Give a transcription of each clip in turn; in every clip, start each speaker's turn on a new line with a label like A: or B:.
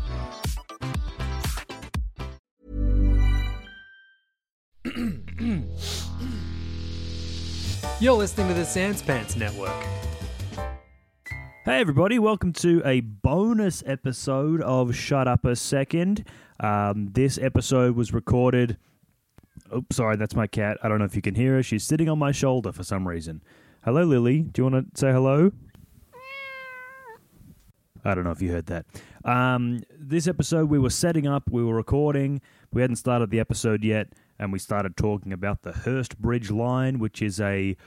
A: You're listening to the Sans Pants Network.
B: Hey, everybody, welcome to a bonus episode of Shut Up a Second. Um, this episode was recorded. Oops, sorry, that's my cat. I don't know if you can hear her. She's sitting on my shoulder for some reason. Hello, Lily. Do you want to say hello? I don't know if you heard that. Um, this episode, we were setting up, we were recording, we hadn't started the episode yet, and we started talking about the Hurst Bridge line, which is a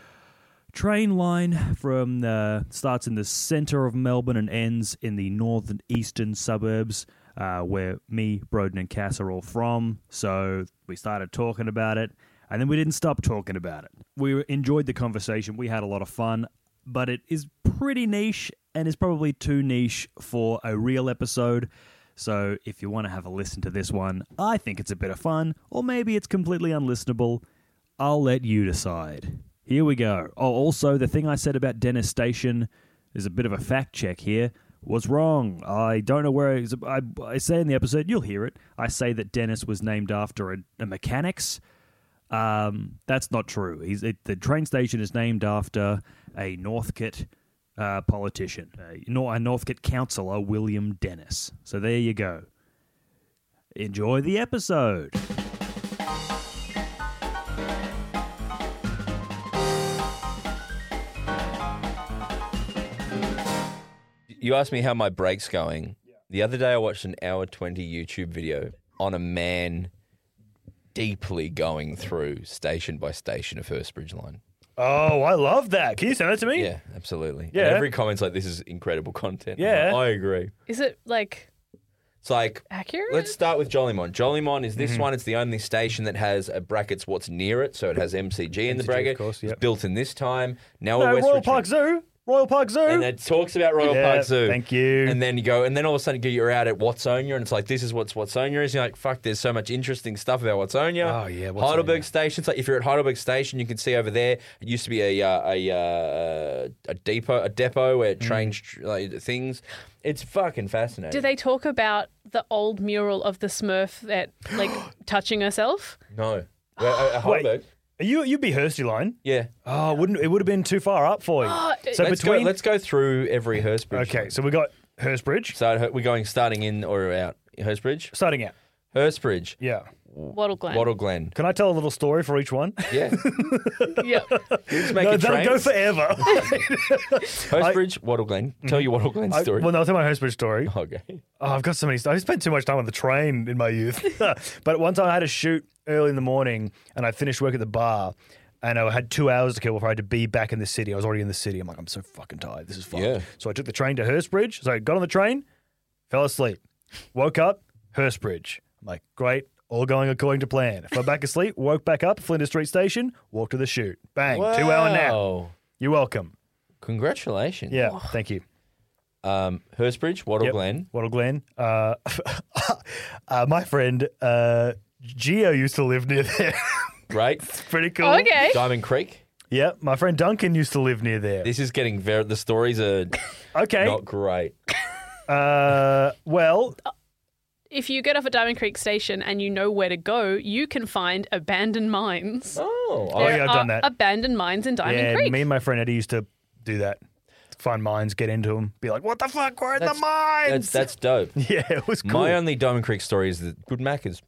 B: train line from uh, starts in the center of Melbourne and ends in the north and eastern suburbs uh, where me, Broden, and Cass are all from. So we started talking about it, and then we didn't stop talking about it. We enjoyed the conversation. We had a lot of fun, but it is pretty niche and is probably too niche for a real episode. So if you want to have a listen to this one, I think it's a bit of fun, or maybe it's completely unlistenable. I'll let you decide. Here we go. Oh, also, the thing I said about Dennis Station is a bit of a fact check here. Was wrong. I don't know where it is. I, I say in the episode. You'll hear it. I say that Dennis was named after a, a mechanics. Um, that's not true. He's, it, the train station is named after a Northcote uh, politician, a, Nor- a Northcote councillor, William Dennis. So there you go. Enjoy the episode.
C: You asked me how my break's going. The other day, I watched an hour 20 YouTube video on a man deeply going through station by station of Hurst Bridge Line.
D: Oh, I love that. Can you send that to me?
C: Yeah, absolutely. And
D: Yeah.
C: every comment's like, this is incredible content. I'm
D: Yeah.
C: like, I agree.
E: Is it like
C: It's like,
E: accurate?
C: let's start with Jolimon. Jolimon is this
D: Mm-hmm.
C: one. It's the only station that has a brackets what's near it. So it has MCG in the
A: MCG, of
C: bracket.
A: course,
C: It's
A: yep.
C: built in this time. Now
D: No,
C: we're West
D: Royal
C: Richmond.
D: Park Zoo. Royal Park Zoo.
C: And uh, it talks about Royal
D: Yeah,
C: Park Zoo.
D: thank you.
C: And then you go, and then all of a sudden you're out at Watsonia, and it's like, this is what's Watsonia is. And you're like, fuck, there's so much interesting stuff about Watsonia.
A: Oh, yeah, Watsonia.
C: Heidelberg Station. It's like, if you're at Heidelberg Station, you can see over there, it used to be a uh, a, uh, a depot a depot where
D: Mm.
C: trains, tr- like, things. It's fucking fascinating.
E: Do they talk about the old mural of the Smurf that like touching herself?
C: No. Well, uh, uh, Heidelberg?
D: Are you you'd be Hursty line.
C: Yeah.
D: Oh, wouldn't it would have been too far up for you. so
C: let's,
D: between
C: go, let's go through every Hurst Bridge.
D: Okay, so we got Hurst Bridge
C: So uh, we're going starting in or out. Hurst Bridge?
D: starting out.
C: Hurst Bridge.
D: Yeah.
E: Wattle Glen.
C: Wattle Glen.
D: Can I tell a little story for each one?
C: Yeah.
E: Yeah.
C: Let's make
D: no,
C: a
D: that'll
C: train.
D: go forever.
C: Hurstbridge, Wattle Glen. Tell you Wattle Glen's
D: Mhm. I,
C: story.
D: well, no, I'll tell my Hurst Bridge story.
C: okay.
D: Oh, I've got so many. I spent too much time on the train in my youth. but one time I had a shoot early in the morning, and I finished work at the bar, and I had two hours to kill before I had to be back in the city. I was already in the city. I'm like, I'm so fucking tired. This is fun.
C: Yeah.
D: So I took the train to Hurstbridge. So I got on the train, fell asleep, woke up, Hurstbridge. I'm like, great, all going according to plan. Fell back asleep, woke back up, Flinders Street Station, walked to the shoot. Bang, two hour nap.
C: Wow.
D: You're welcome.
C: Congratulations.
D: Yeah, thank you.
C: Um, Hurstbridge, Wattle
D: Yep.
C: Glen.
D: Wattle Glen. Uh, uh, my friend uh, Gio used to live near there.
C: Great.
D: Pretty cool.
E: Oh, Okay.
C: Diamond Creek.
D: Yeah, my friend Duncan used to live near there.
C: This is getting very. The stories are
D: Okay.
C: not great.
D: Uh, well,
E: If you get off at Diamond Creek Station and you know where to go, you can find abandoned mines.
C: Oh.
D: yeah,
C: I-
E: There
D: I've done
E: are
D: that.
E: Abandoned mines in Diamond
D: yeah,
E: Creek.
D: me and my friend Eddie used to do that. Find mines, get into them, be like, "What the fuck? We're in the
C: That's-
D: mines."
C: that's, that's dope.
D: yeah, it was cool.
C: My only Diamond Creek story is the Good Maccas.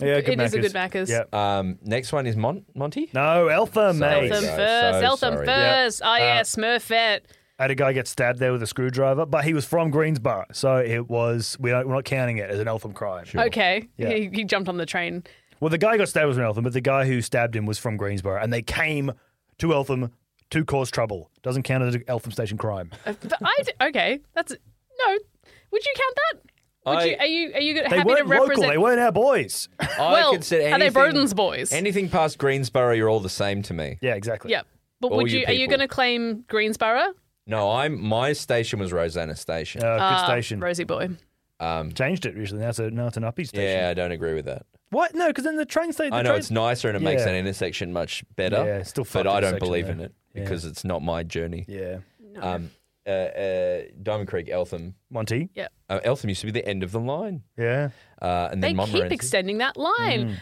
D: yeah,
E: It is a
D: Maccas.
E: good Maccas.
D: Yeah.
C: Um, next one is Mon- Monty.
D: No, Eltham,
C: Sorry.
D: mate.
E: Eltham
C: So,
E: first.
C: so
E: Eltham
C: sorry.
E: first. Ah, yeah,
D: Uh,
E: Smurfette.
D: Had a guy get stabbed there with a screwdriver, but he was from Greensboro, so it was we don't, we're not counting it as an Eltham crime.
E: Okay.
D: Yeah.
E: He, he jumped on the train.
D: Well, the guy who got stabbed was from Eltham, but the guy who stabbed him was from Greensboro, and they came to Eltham to cause trouble. Doesn't count as an Eltham station crime.
E: Uh, but I d- okay. That's no. Would you count that? Would
C: I-
E: you, are you are you
D: They
E: happy to
D: weren't local.
E: represent?
D: They weren't our boys.
C: I
E: well,
C: consider
E: are they
C: anything-
E: Broden's boys?
C: Anything past Greensborough, you're all the same to me.
D: Yeah, exactly.
E: Yep. But
C: All
E: would
C: you
E: you, are you
C: people.
E: going to claim Greensborough?
C: No, I'm my station was Rosanna Station.
D: Uh, good
E: Ah,
D: station.
E: Rosie boy.
C: um,
D: Changed it recently. Now it's, a, now it's an uppie station.
C: yeah, I don't agree with that.
D: What? No, because then the train station. The
C: I know
D: train-
C: it's nicer and it makes
D: Yeah.
C: that intersection much better.
D: Yeah, it's still
C: but
D: fucked
C: I don't
D: intersection
C: believe in
D: there.
C: it because it's not my journey.
D: Yeah.
C: Um, uh, uh, Diamond Creek, Eltham.
D: Monty.
C: Uh, Eltham used to be the end of the line,
D: Yeah.
C: uh, and
E: They
C: then
E: keep
C: Montmorency.
E: extending that line.
D: Mm.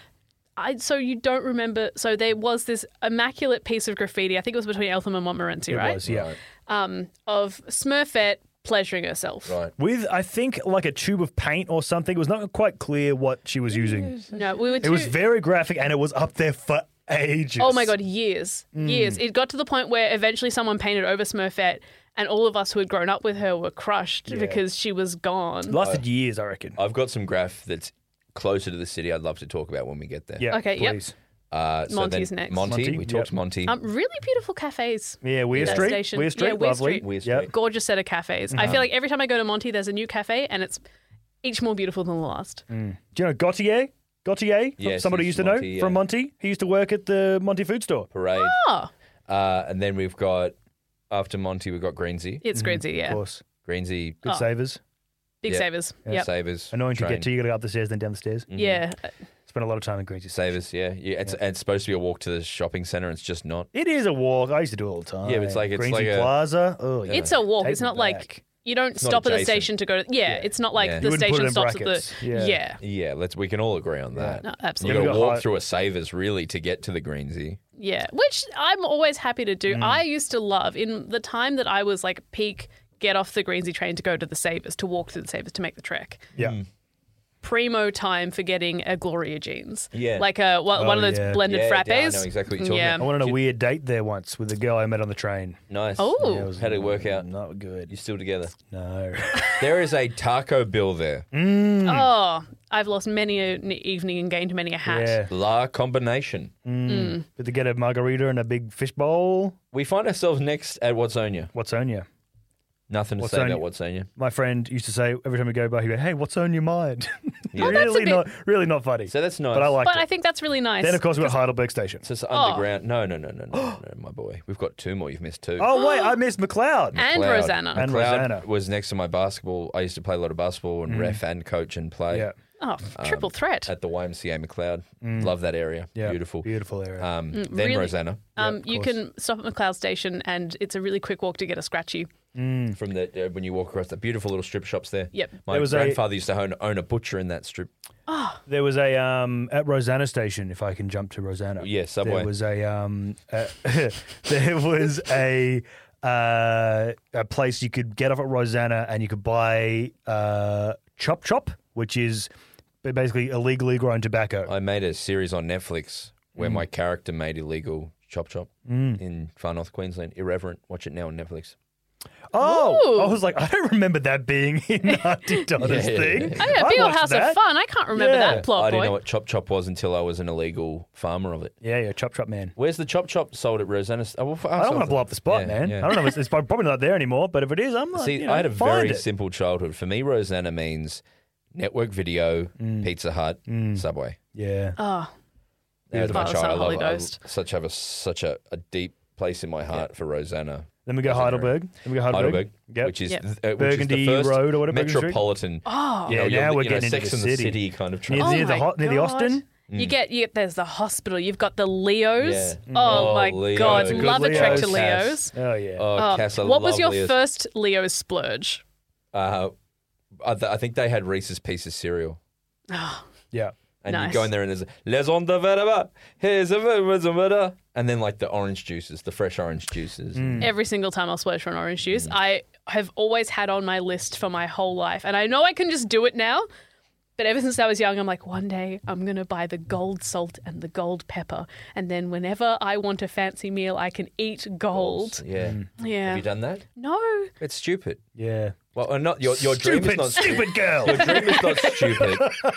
E: I, so you don't remember? So there was this immaculate piece of graffiti. I think it was between Eltham and Montmorency,
D: It
E: right?
D: was, yeah.
E: Um, of Smurfette pleasuring herself.
C: right.
D: With, I think, like a tube of paint or something. It was not quite clear what she was using.
E: No, we were.
D: It was
E: too-
D: very graphic and it was up there for ages.
E: Oh my god, years,
D: Mm.
E: years. It got to the point where eventually someone painted over Smurfette, and all of us who had grown up with her were crushed because she was gone.
D: Lasted years, I reckon.
C: I've got some graph that's closer to the city. I'd love to talk about when we get there.
D: yeah.
E: okay, yep.
D: please.
C: Uh, so
E: Monty's
C: then
E: next.
C: Monty,
D: Monty,
C: we talked
D: yep.
C: Monty.
E: Um, really beautiful cafes.
D: Yeah, Weir
E: That
D: Street.
E: station.
D: Weir Street,
E: Yeah, Weir
D: lovely.
E: Street.
C: Weir
D: Yep.
C: Street.
E: Gorgeous set of cafes. I feel like every time I go to Monty, there's a new cafe, and it's each more beautiful than the last.
D: Do you know Gautier? Gautier?
C: Yes,
D: somebody I used
C: he's
D: to know
C: Monty, yeah.
D: from Monty. He used to work at the Monty food store.
C: Parade.
E: Oh,
C: Uh, and then we've got after Monty, we've got Greensy.
D: Mm-hmm.
E: it's greasy,
D: Of
E: yeah.
D: course.
C: Greensy
D: Good
E: Oh.
D: savers.
E: Big
C: Yeah.
E: savers. Yeah. Yep.
C: Savers.
D: Annoying to
C: train. Mm.
D: get to. You got to go up the stairs, then down the stairs.
E: Yeah.
D: Spent a lot of time in Greensies.
C: Savers. Yeah, yeah. It's it's supposed to be a walk to the shopping center. It's just not.
D: It is a walk. I used to do it all the time.
C: Yeah, but it's like- it's
D: Greensea
C: like a-
D: Plaza. Oh, yeah.
E: It's a walk.
D: Take
E: it's
D: me
E: not like
D: back.
E: you don't
C: not
E: stop at the
C: adjacent.
E: station to go to. Yeah, it's not like
C: Yeah. You
E: the
D: wouldn't put it
E: station
D: in
E: stops
D: brackets.
E: at the.
D: Yeah.
E: Yeah.
C: Yeah, let's. We can all agree on that.
E: No,
C: You
E: absolutely.
C: got
D: Yeah,
C: to
D: we got
C: walk
D: high-
C: through a Savers really to get to the Greensy.
E: Yeah, which I'm always happy to do. I used to love in the time that I was like peak get off the Greensy train to go to the Savers to walk to the Savers to make the trek.
D: Yeah.
C: Hmm.
E: Primo time for getting a Gloria jeans.
C: Yeah.
E: like a one one
D: Oh,
E: of those
D: yeah.
E: blended
C: Yeah, yeah, I
E: frappes.
C: know exactly what you're talking
E: yeah.
D: I went on a weird date there once with a girl I met on the train.
C: Nice.
E: Oh.
D: Yeah,
C: How'd it work out?
D: Not
C: You
D: good.
C: still together?
D: No.
C: There is a Taco Bill there.
D: Hmm.
E: Oh, I've lost many an evening and gained many a hat.
D: yeah.
C: La combination.
D: But to get a margarita and a big fish bowl.
C: We find ourselves next at Watsonia.
D: What's on you?
C: Nothing to say
D: Watsonia.
C: about Watsonia.
D: My friend used to say every time we go by, he go, "Hey, what's on your mind?"
C: Yeah.
E: Oh, that's a
D: really
E: bit-
D: not, really not funny.
C: So that's nice.
D: but I liked
E: But
D: it.
E: I think that's really nice.
D: then of course we got Heidelberg Station.
C: So it's
E: Oh.
C: underground. No, no, no, no, no, no, no, my boy. We've got two more. You've missed two.
D: Oh wait, I missed McLeod.
E: and
C: Cloud.
E: Rosanna.
D: And
C: Cloud
D: Rosanna.
C: was next to my basketball. I used to play a lot of basketball and ref and coach and play
D: yeah,
E: oh,
D: um,
E: triple threat.
C: at the YMCA McLeod. Love that area.
D: yeah,
C: Mm. Beautiful.
D: beautiful area.
C: Um, then
E: Mm, really-
C: Rosanna
E: um, you can stop at McLeod Station, and it's a really quick walk to get a scratchy.
C: from the uh, when you walk across the beautiful little strip shops there.
E: Yep.
C: My
D: There was a-
C: grandfather used to own, own a butcher in that strip.
D: There was a um at Rosanna station. If I can jump to Rosanna,
C: Yeah, subway.
D: There was a um, uh, there was a uh, a place you could get off at Rosanna and you could buy uh chop chop, which is basically illegally grown tobacco.
C: I made a series on Netflix where
D: Mm.
C: my character made illegal chop chop in far north Queensland. Irreverent. Watch it now on Netflix.
D: oh,
E: Ooh.
D: I was like, I don't remember that being in Auntie Donna's
C: Yeah.
D: thing.
E: Oh yeah,
D: I
E: big old
D: watched
E: house
D: that.
E: of fun. I can't remember
D: Yeah.
E: that plot,
C: I
E: boy.
C: didn't know what chop chop was until I was an illegal farmer of it.
D: Yeah, yeah, chop chop man.
C: Where's the chop chop sold at Rosanna? Oh, I don't
D: I don't want to blow up the spot, man. I don't know. If it's, it's probably not there anymore, but if it is, I'm like,
C: See,
D: you know,
C: I had a
D: find
C: very
D: it.
C: simple childhood. For me, Rosanna means network video,
D: Mm.
C: Pizza Hut, Subway.
D: yeah.
E: Oh,
C: That was my child. I
E: Beautiful. Father, Son,
C: love
E: Holy
C: it. I
E: Ghost.
C: such have a such a, a deep place in my heart for Rosanna.
D: Then we go
C: Doesn't
D: Heidelberg. Then we go Heidelberg.
C: Heidelberg,
D: Yep.
C: which is
E: Yep.
C: th- uh, which
D: Burgundy
C: is the first
D: Road or whatever, Burgundy Street?
C: metropolitan.
E: Oh.
C: you
D: Yeah,
C: know,
D: now
C: you're-
D: we're
C: you know,
D: getting into
C: Sex
D: the
C: and the
D: city.
C: City kind of
D: Near
C: trip.
D: the-
E: Oh
D: near the
E: my
D: ho- near the
E: God.
D: Austin? Hmm.
E: You get you get there's the hospital. You've got the Leos.
C: Yeah.
E: Oh,
C: Oh,
E: my god,
C: Leos.
E: love a trek to
D: Good
E: Leos.
C: Leos.
D: Oh yeah.
C: Oh,
E: Oh,
C: Cass, I
E: what was
C: love
E: your
C: Leo's-
E: first Leo splurge?
C: Uh, I, th- I think they had Reese's Pieces cereal.
E: Oh,
D: yeah.
C: And
E: Nice.
C: you go in there and there's les on de verba, here's a verba, it's a verba. and then like the orange juices, the fresh orange juices.
D: Mm.
E: every single time I'll splurge for an orange juice,
C: Mm.
E: I have always had on my list for my whole life, and I know I can just do it now. But ever since I was young, I'm like, one day I'm gonna buy the gold salt and the gold pepper, and then whenever I want a fancy meal, I can eat gold.
C: Yeah. Have
E: Mm. Yeah.
C: you done that?
E: No.
C: It's stupid.
D: Yeah.
C: Well, uh, not your your
D: stupid,
C: dream is not stupid.
D: stupid girl.
C: Your dream is not stupid.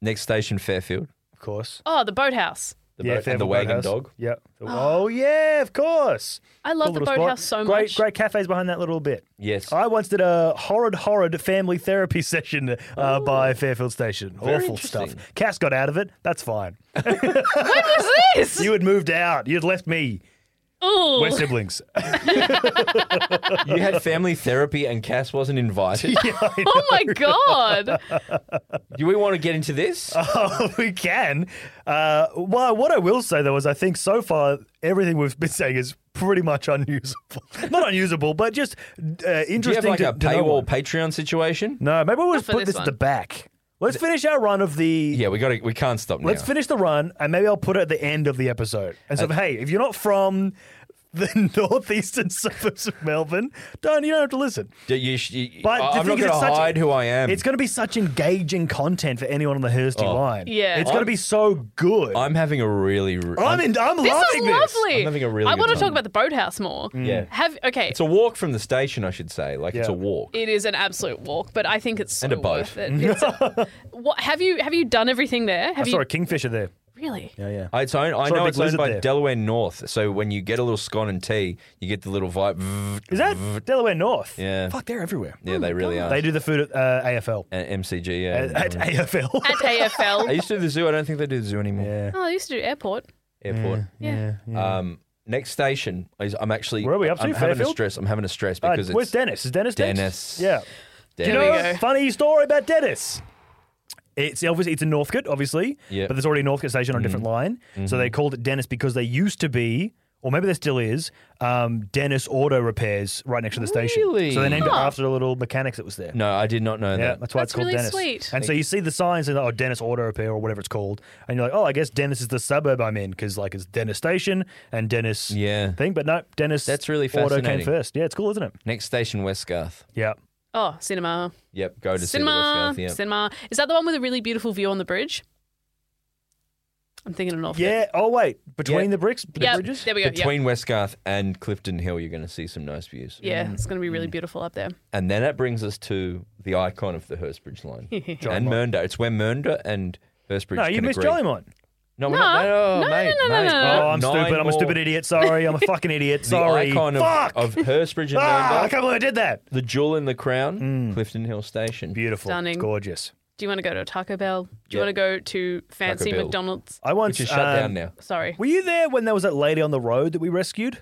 C: Next station, Fairfield.
D: Of course.
E: Oh, the boathouse.
C: The
D: yeah,
C: boat and the
D: Fairfield
C: wagon
D: Boathouse.
C: dog.
D: Yep. Oh yeah, of course.
E: I love
D: Cool
E: the
D: little spot.
E: boathouse so
D: great,
E: much.
D: Great cafes behind that little bit.
C: Yes.
D: I once did a horrid, horrid family therapy session uh, by Fairfield Station. Awful stuff.
C: interesting.
D: Cass got out of it. That's fine.
E: What's this?
D: You had moved out. You had left me.
E: Ooh.
D: We're siblings.
C: you had family therapy and Cass wasn't invited.
E: Oh my god.
C: Do we want to get into this?
D: Oh, we can. Uh, well, what I will say though is, I think so far everything we've been saying is pretty much unusable. Not unusable, but just uh, interesting.
C: Do you have like
D: to,
C: a
D: to know
C: paywall
D: one.
C: Patreon situation?
D: No, maybe we'll just
E: for
D: put
E: this
D: this at the
E: one.
D: back. Let's finish our run of the.
C: Yeah, we got to. We can't stop now.
D: Let's finish the run, and maybe I'll put it at the end of the episode. And so, hey, if you're not from the northeastern suburbs of Melbourne, don't you don't have to listen.
C: Yeah, you sh- you-
D: But
C: I-
D: the thing
C: I'm not
D: is,
C: going
D: it's
C: to
D: such a-
C: hide who I am. Oh.
D: It's going to be such engaging content for anyone on the Hursty line.
E: Yeah.
D: it's going to
C: I'm-
D: be so good. I'm
C: I'm having a really. re-
D: in, I'm
E: This
D: loving
E: is
D: this.
E: lovely.
C: I'm having a really
E: I
C: good
E: want to
C: time.
E: talk about the boathouse more.
C: Yeah.
E: Have okay.
C: It's a walk from the station, I should say. Like it's
D: Yeah.
C: a walk.
E: It is an absolute walk, but I think it's so
C: And a boat.
E: worth it. It's a- what have you have you done everything there?
D: I
E: Have you
D: saw a kingfisher there.
E: really?
D: Yeah, yeah.
C: It's owned, I
D: Saw a
C: know
D: big
C: it's owned
D: lizard
C: by
D: there.
C: Delaware North. So when you get a little scone and tea, you get the little vibe.
D: Is that Delaware North?
C: Yeah.
D: Fuck, they're everywhere.
C: Yeah, they really are.
D: Oh They do the food at uh, AFL.
C: And MCG.
D: Uh, At,
C: Yeah.
D: at AFL.
E: At AFL.
C: I used to do the zoo. I don't think they do the zoo anymore.
D: yeah.
E: Oh, I used to do airport.
C: Airport.
E: Yeah.
C: Um, next station is. I'm actually.
D: Where are we up to,
C: I'm having a
D: Fairfield?
C: stress. I'm having a stress
D: Uh,
C: because
D: where's
C: it's.
D: Dennis? Is Dennis next?
C: Dennis.
D: Yeah.
C: Dennis.
D: You know, funny story about Dennis. It's obviously it's in Northcote, obviously,
C: Yeah.
D: but there's already a Northcote station on a different line. So they called it Dennis because they used to be, or maybe there still is, um, Dennis Auto Repairs right next to the station.
C: Really?
D: So they named it
E: Huh.
D: after the little mechanics that was there.
C: No, I did not know
D: Yeah,
C: that.
D: that's why
E: That's
D: it's called
E: really
D: Dennis.
E: sweet.
D: And so you see the signs and oh Dennis Auto Repair or whatever it's called, and you're like, oh, I guess Dennis is the suburb I'm in because like it's Dennis Station and Dennis
C: Yeah.
D: thing, but no, Dennis.
C: That's really
D: Auto came
C: fascinating.
D: first. Yeah, it's cool, isn't it?
C: Next station, West Scarth.
D: Yeah,
E: Oh, cinema.
C: Yep, go to see the
E: cinema.
C: West Scarth. Yep.
E: Cinema. Is that the one with a really beautiful view on the bridge? I'm thinking of Northcote.
D: yeah. Oh wait, between
C: Yeah.
D: the bricks, the
E: Yep,
D: bridges.
E: There we go. yep.
C: Between West Garth and Clifton Hill, you're going to see some nice views.
E: Yeah, it's going to be really
C: Mm.
E: beautiful up there.
C: And then that brings us to the icon of the Hurstbridge line. and
D: Mott.
C: Mernda. It's where Mernda and Hurstbridge
D: No,
C: can
D: you missed
C: agree.
D: Jollymont.
C: No, we're
E: No,
C: not. No,
E: no, no,
C: mate,
E: no, no,
C: mate.
E: no, no.
D: Oh, I'm
C: Nine
D: stupid. I'm a
C: more.
D: stupid idiot. Sorry, I'm a fucking idiot.
C: The
D: Sorry.
C: icon of,
D: Fuck.
C: of Hurstbridge and
D: ah, I
C: Mernda.
D: can't believe I did that.
C: The jewel in the crown, Clifton Hill Station.
D: Beautiful,
E: Stunning.
D: gorgeous.
E: Do you want to go to Taco Bell? Do you
C: Yeah.
E: want to go to fancy
C: Taco Bell.
E: McDonald's?
D: I once
C: Which is shut
D: um,
C: down now.
E: Sorry.
D: Were you there when there was that lady on the road that we rescued?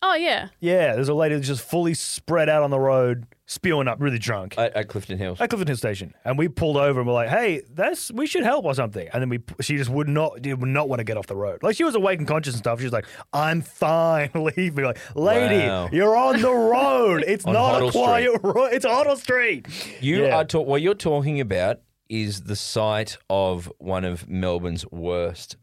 E: Oh yeah.
D: Yeah, there's a lady that's just fully spread out on the road, spewing up, really drunk.
C: At, at Clifton Hills.
D: at Clifton Hill Station, and we pulled over and we're like, "Hey, that's we should help or something." And then we, she just would not, did not want to get off the road. Like she was awake and conscious and stuff. She was like, "I'm fine, leave me." Like, lady,
C: Wow.
D: you're on the road. It's
C: On
D: not
C: Hoddle
D: a quiet road. It's Hoddle Street.
C: You
D: Yeah.
C: are ta- what you're talking about is the site of one of Melbourne's worst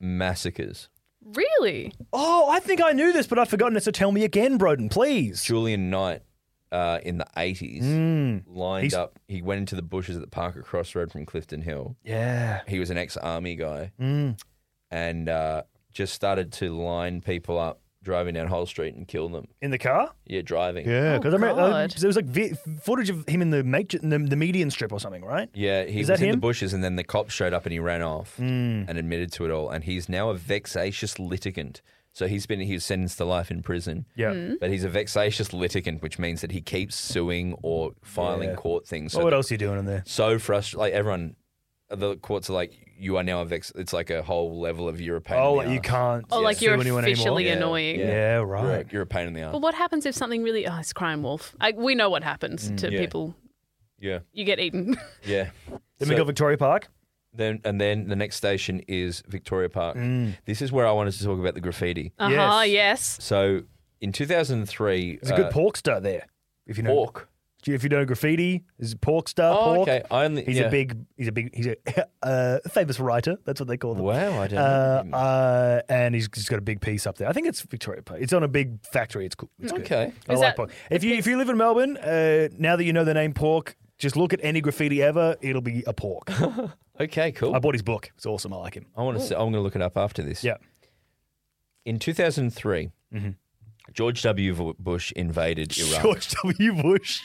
C: massacres.
E: Really?
D: Oh, I think I knew this, but I've forgotten it. So tell me again, Broden, please.
C: Julian Knight uh, in the 80s lined
D: Hmm. He's-
C: up. He went into the bushes at the Parker Crossroad from Clifton Hill.
D: Yeah.
C: He was an ex army guy
D: Hmm.
C: and uh, just started to line people up driving down Hull Street and kill them.
D: In the car?
C: Yeah, driving.
D: Yeah,
E: Oh,
D: because I remember uh,
E: God.
D: there was like vi- footage of him in the, major, the the median strip or something, right?
C: Yeah,
D: Is
C: he was
D: that
C: in the
D: him? Hmm.
C: bushes, and then the cops showed up, and he ran off and admitted to it all. And he's now a vexatious litigant. So he's been he was sentenced to life in prison.
D: Yeah.
C: But he's a vexatious litigant, which means that he keeps suing or filing
D: Yeah.
C: court things.
D: Oh,
C: So,
D: what else are you doing in there?
C: so frustrated. Like everyone, the courts are like, you are now a vex. It's like a whole level of you're a pain.
D: Oh,
C: in the
D: you
C: arse.
D: can't.
E: Oh, like
D: sue
E: you're
D: anyone
E: officially
D: anymore.
C: Yeah,
E: annoying.
D: Yeah,
C: You're a-
D: right.
C: You're a pain in the
E: But
C: arse.
E: what happens if something really? Oh, it's Crime Wolf. I, we know what happens
D: Mm,
E: to
C: Yeah.
E: people.
C: Yeah,
E: You get eaten.
C: yeah.
D: Then we
C: So-
D: go Victoria Park.
C: Then and then the next station is Victoria Park.
D: Mm.
C: This is where I wanted to talk about the graffiti.
E: uh
D: Yes.
E: huh. Yes.
C: So in 2003,
D: There's a good porkster there. If you know,
C: Uh, pork.
D: if you know graffiti, there's a porkster.
C: Oh,
D: pork.
C: okay. I only,
D: He's
C: yeah.
D: a big. He's a big. He's a uh, famous writer. That's what they call them.
C: Wow, I don't
D: Uh,
C: know.
D: uh, and he's, he's got a big piece up there. I think it's Victoria Park. It's on a big factory. It's cool. It's good.
C: Okay.
D: I like
E: Is that-
D: pork. If you if you live in Melbourne, uh, now that you know the name pork, just look at any graffiti ever. It'll be a pork.
C: Okay, cool.
D: I
C: I,
D: bought his book. It's awesome. I like him.
C: want to. I'm going to look it up after this.
D: Yeah. Mm-hmm.
C: In 2003, George W. V- Bush invaded Iraq.
D: George W. Bush.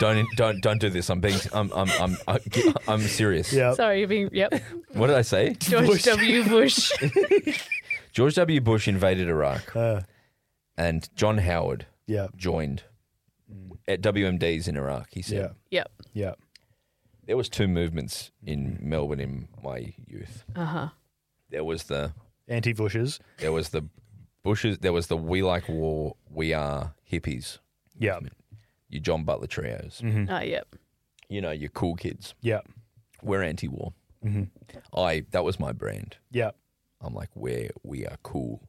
C: Don't don't don't do this. I'm being. I'm I'm I'm I- I'm serious.
D: yeah.
E: Sorry, you're being. Yep.
C: What did I say?
E: George W. Bush.
C: George W. Bush invaded Iraq,
D: Uh,
C: and John Howard
D: yeah.
C: joined at WMDs in Iraq. He said
D: Yeah.
E: yep.
D: Yeah.
C: there was two movements in Melbourne in my youth.
E: Uh huh.
C: There was the
D: Anti Bushes.
C: there was the Bushes. There was the We Like War. We are hippies.
D: Yeah.
C: Your John Butler trios.
D: Mm-hmm. Hmm.
E: Ah, yep.
C: you know, your cool kids.
D: Yeah.
C: We're anti-war.
D: Mm-hmm.
C: I that was my brand.
D: Yeah.
C: I'm like, we're we are cool.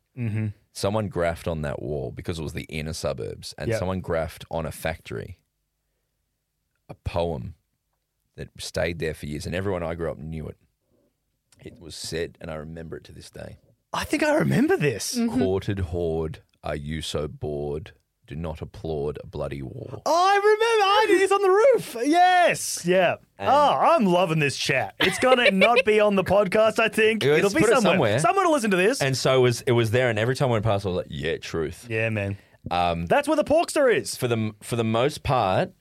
C: Someone graphed on that wall because it was the inner suburbs, and
D: Yeah.
C: someone graphed on a factory a poem that stayed there for years, and everyone I grew up knew it. It was said, and I remember it to this day.
D: I think I remember this.
C: Mm. Quartered horde, are you so bored? Do not applaud a bloody war.
D: I remember. I did this on the roof. Yes. Yeah. oh, I'm loving this chat. It's gonna not be on the podcast. I think
C: Let's
D: it'll be
C: put it
D: somewhere.
C: somewhere.
D: Someone will listen to this.
C: And so it was it was there, and every time I went past, I was like, yeah, truth.
D: yeah, man. That's where the porkster is.
C: for the for the most part,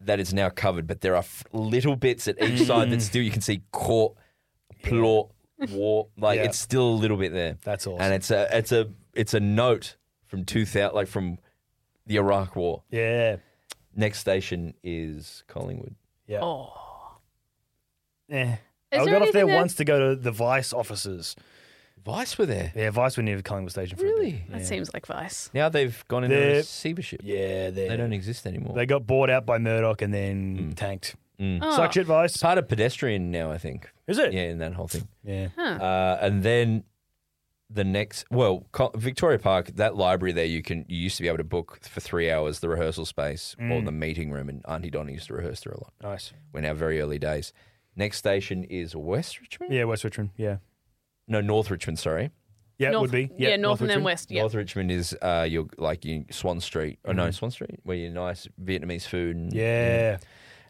C: that is now covered. But there are f- little bits at each side that still you can see court, plot, war. Like
D: Mm. Yeah.
C: it's still a little bit there.
D: That's awesome.
C: And it's a it's a it's a note from two thousand, like from the Iraq War.
D: Yeah.
C: Next station is Collingwood.
D: Yeah.
E: Oh.
D: Eh.
E: Is
D: I
E: there
D: got off there
E: anything that-
D: once to go to the Vice offices.
C: Vice were there.
D: Yeah, Vice were near Collingwood Station. For a bit.
C: Really?
E: That seems like Vice.
C: Now they've gone into
D: They're-
C: receivership.
D: Yeah,
C: They don't exist anymore.
D: They got bought out by Murdoch and then tanked. Suck shit
C: It's
D: vice.
C: part of pedestrian now, I think.
D: Is it?
C: Yeah, in that whole thing.
D: Yeah.
C: Uh, and then the next, well, Co- Victoria Park, that library there, you can you used to be able to book for three hours the rehearsal space or the meeting room, and Auntie Donna used to rehearse there a lot
D: Mm. Nice.
C: when our very early days. Next station is West Richmond.
D: Yeah, West Richmond. Yeah.
C: No, North Richmond. Sorry,
D: Yeah, it
E: north,
D: would be.
E: Yeah, north, and then
D: Richmond.
E: west. Yeah.
C: North Richmond is uh, your like you Swan Street. Oh no, Swan Street, where your nice Vietnamese food. And,
D: Mm-hmm. Yeah.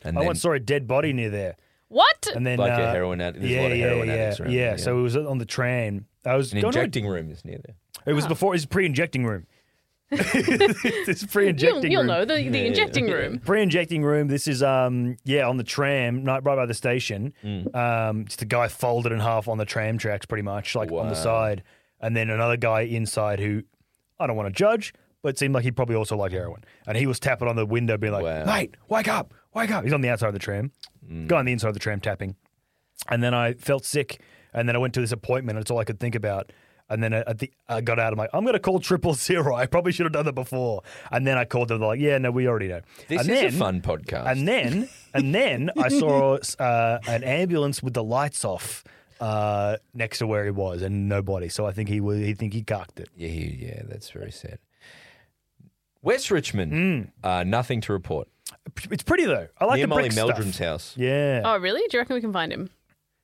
C: and
D: I
C: then
D: once saw a dead body near there.
E: What?
D: And then
C: like
D: uh,
C: a heroin addict. There's
D: yeah,
C: a lot of
D: yeah,
C: heroin
D: yeah,
C: addicts
D: yeah.
C: around. there,
D: So it was on the train. I was
C: an
D: going to a-
C: injecting room is near there.
D: it was before it was pre-injecting room. this pre-injecting
E: you'll, you'll
D: room.
E: know the, the injecting room.
D: Pre-injecting room. This is um yeah on the tram, not right by the station.
C: Mm.
D: Um, it's the guy folded in half on the tram tracks, pretty much like on the
C: Wow.
D: side, and then another guy inside who I don't want to judge, but seemed like he probably also liked heroin, and he was tapping on the window, being like,
C: Wow.
D: "Mate, wake up, wake up!" He's on the outside of the tram, guy on the inside of the tram tapping, and then I felt sick, and then I went to this appointment, and it's all I could think about. And then uh, at the, I got out. I'm like, I'm going to call triple zero. I probably should have done that before. And then I called them. They're like, Yeah, no, we already know.
C: This
D: and
C: is
D: then,
C: a fun podcast.
D: and then, and then I saw uh, an ambulance with the lights off uh, next to where he was, and nobody. So I think he was. He think he cocked it.
C: Yeah, he- yeah, that's very sad. West Richmond, uh, nothing to report.
D: It's pretty though. I like
C: Near
D: the
C: Molly
D: brick stuff.
C: Meldrum's house.
D: Yeah.
E: Oh, really? Do you reckon we can find him?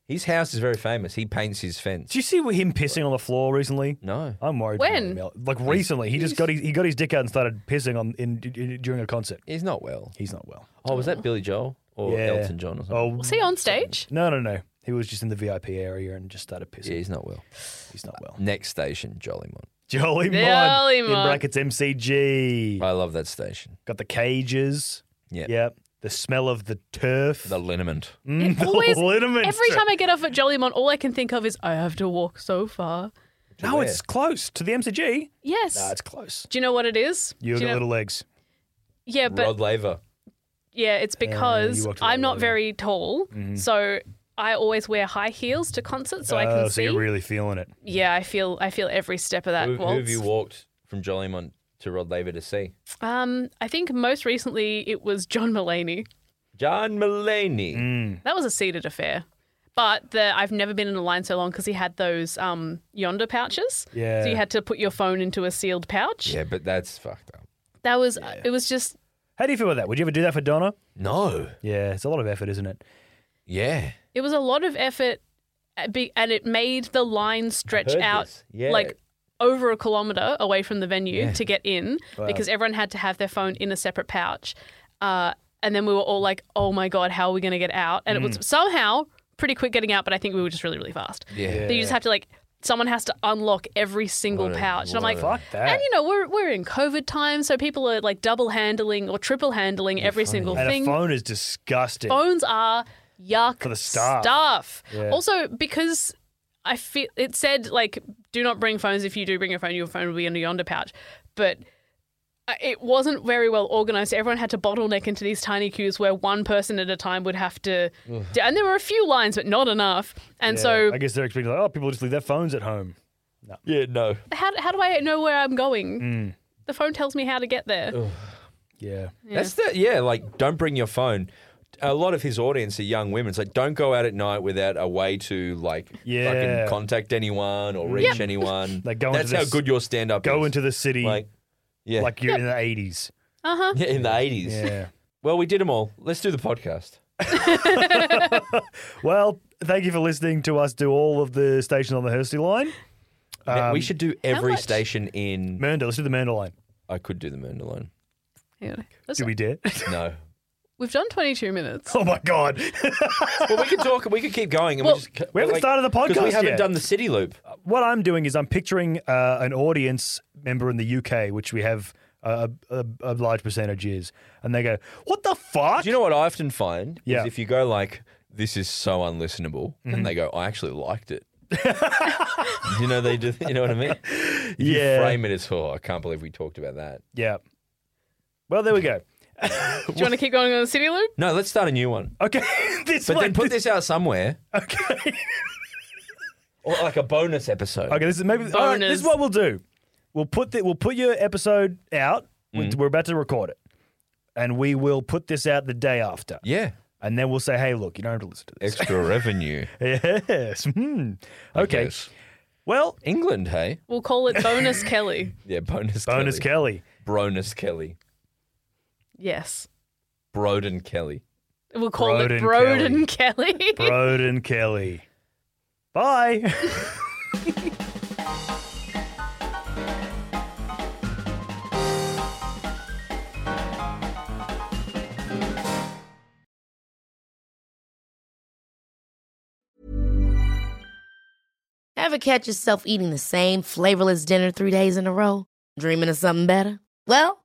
C: His house is very famous. He paints his fence.
D: Did you see him pissing on the floor recently?
C: No.
D: I'm worried. for
E: When?
D: Molly Mel- Like recently, he just got his, he got his dick out and started pissing on in, in- during a concert.
C: He's not well.
D: He's not well.
C: Oh, was that Billy Joel or
D: Yeah.
C: Elton John or something?
D: Oh
E: Was he on stage?
D: no no no! He was just in the VIP area and just started
C: Yeah,
D: pissing.
C: he's not well.
D: He's not well.
C: Next station, Jolimont.
D: Jolly Mod in
E: Jolimont.
D: brackets MCG
C: I love that station.
D: got the cages.
C: Yeah.
D: Yep. The smell of the turf.
C: The liniment.
D: Mm, the
E: Always,
D: liniment.
E: every time I get off at Jollymont, all I can think of is I have to walk so far.
D: No, it's close to the MCG.
E: Yes.
D: Nah, it's close.
E: Do you know what it is?
D: You
E: Do
D: got
E: know-
D: little legs.
E: Yeah, but
C: Rod Laver.
E: yeah, it's because
D: you walked a
E: I'm
D: little
E: not very tall, so I always wear high heels to concerts so I
D: Mm-hmm. Oh,
E: can
D: so
E: see.
D: you're really feeling it.
E: yeah, I feel I feel every step of that
C: Who, who
E: waltz.
C: have you walked from Jolimont to Rod Laver to see?
E: um, I think most recently it was John Mulaney.
C: John Mulaney.
E: That was a seated affair. But the, I've never been in a line so long because he had those um, yonder pouches.
D: Yeah.
E: So you had to put your phone into a sealed pouch.
C: Yeah, but that's fucked up.
E: That was, it was just,
D: How do you feel about that? Would you ever do that for Donna?
C: No.
D: Yeah, it's a lot of effort, isn't it?
C: Yeah.
E: it was a lot of effort uh, be- and it made the line stretch
C: heard
E: out
C: this. Yeah.
E: like over a kilometer away from the venue to get in because everyone had to have their phone in a separate pouch. Uh, and then we were all like, oh my God, how are we going to get out? And
C: Mm.
E: it was somehow pretty quick getting out, but I think we were just really, really fast.
C: Yeah.
E: That you just have to like, someone has to unlock every single
C: What a-
E: pouch. And I'm
C: what
E: like,
C: a-
D: Fuck that.
E: and you know, we're, we're in COVID time, so people are like double handling or triple handling every single
D: and
E: thing
D: a phone is disgusting.
E: phones are yuck
D: For the staff.
E: stuff.
D: Yeah.
E: Also, because I feel it said like, do not bring phones. If you do bring your phone, your phone will be in a yonder pouch. But uh, it wasn't very well organized. Everyone had to bottleneck into these tiny queues where one person at a time would have to. do- and there were a few lines, but not enough. And
D: Yeah,
E: so,
D: I guess they're expecting like, oh, people just leave their phones at home.
C: Yeah, no.
E: how, how do I know where I'm going?
D: Mm.
E: The phone tells me how to get there.
D: Yeah.
C: That's the yeah, like don't bring your phone. A lot of his audience are young women. It's like don't go out at night without a way to like
D: Yeah.
C: fucking contact anyone or reach anyone.
D: Like, go into
C: That's how
D: this-
C: good your stand up is.
D: Go into the city
C: like
D: like,
C: yeah.
D: you're in the 80s.
E: Uh huh.
C: yeah, in the eighties.
D: Yeah.
C: Well, we did them all. Let's do the podcast.
D: well, thank you for listening to us do all of the stations on the Hursty line.
C: Man,
D: Um,
C: we should do every
E: much-
C: station in.
D: Mernda, let's do the Mernda line.
C: I could do the Moon alone.
D: Do we dare?
C: No,
E: We've done 22 minutes.
D: oh, my God.
C: well, we could talk. We could keep going. And
E: Well,
C: we, just,
D: we haven't started the
C: 'cause
D: podcast
C: We haven't
D: yet.
C: done the city loop.
D: what I'm doing is I'm picturing uh, an audience member in the UK, which we have uh, a, a, a large percentage is, and they go, "What the fuck?"
C: Do you know what I often find?
D: Yeah. Mm-hmm.
C: Is if you go like, this is so unlistenable, and they go, I actually liked it. you know they do. You know what I mean? If
D: Yeah.
C: You frame it as, oh, I can't believe we talked about that.
D: yeah. Well, there we go.
E: Do you want to keep going on the city loop?
C: No, let's start a new one.
D: Okay, this
C: But
D: one.
C: then put this out somewhere,
D: okay.
C: or like a bonus episode.
D: Okay, this is maybe all right, this
E: Bonus.
D: is what we'll do. We'll put the, we'll put your episode
C: Mm-hmm.
D: out. We're- We're about to record it, and we will put this out the day after.
C: Yeah.
D: and then we'll say, "Hey, look, you don't have to listen to this."
C: Extra revenue.
D: yes. Hmm.
C: I
D: Okay.
C: guess.
D: Well,
C: England, hey?
E: We'll call it bonus Kelly.
C: Yeah, bonus
D: bonus
C: Kelly.
D: Kelly.
C: Bronus Kelly.
E: Yes.
C: Broden Kelly.
E: We'll call it
D: Broden
E: Broden Kelly.
D: Broden Kelly. Bye.
F: Ever catch yourself eating the same flavorless dinner three days in a row? Dreaming of something better? Well,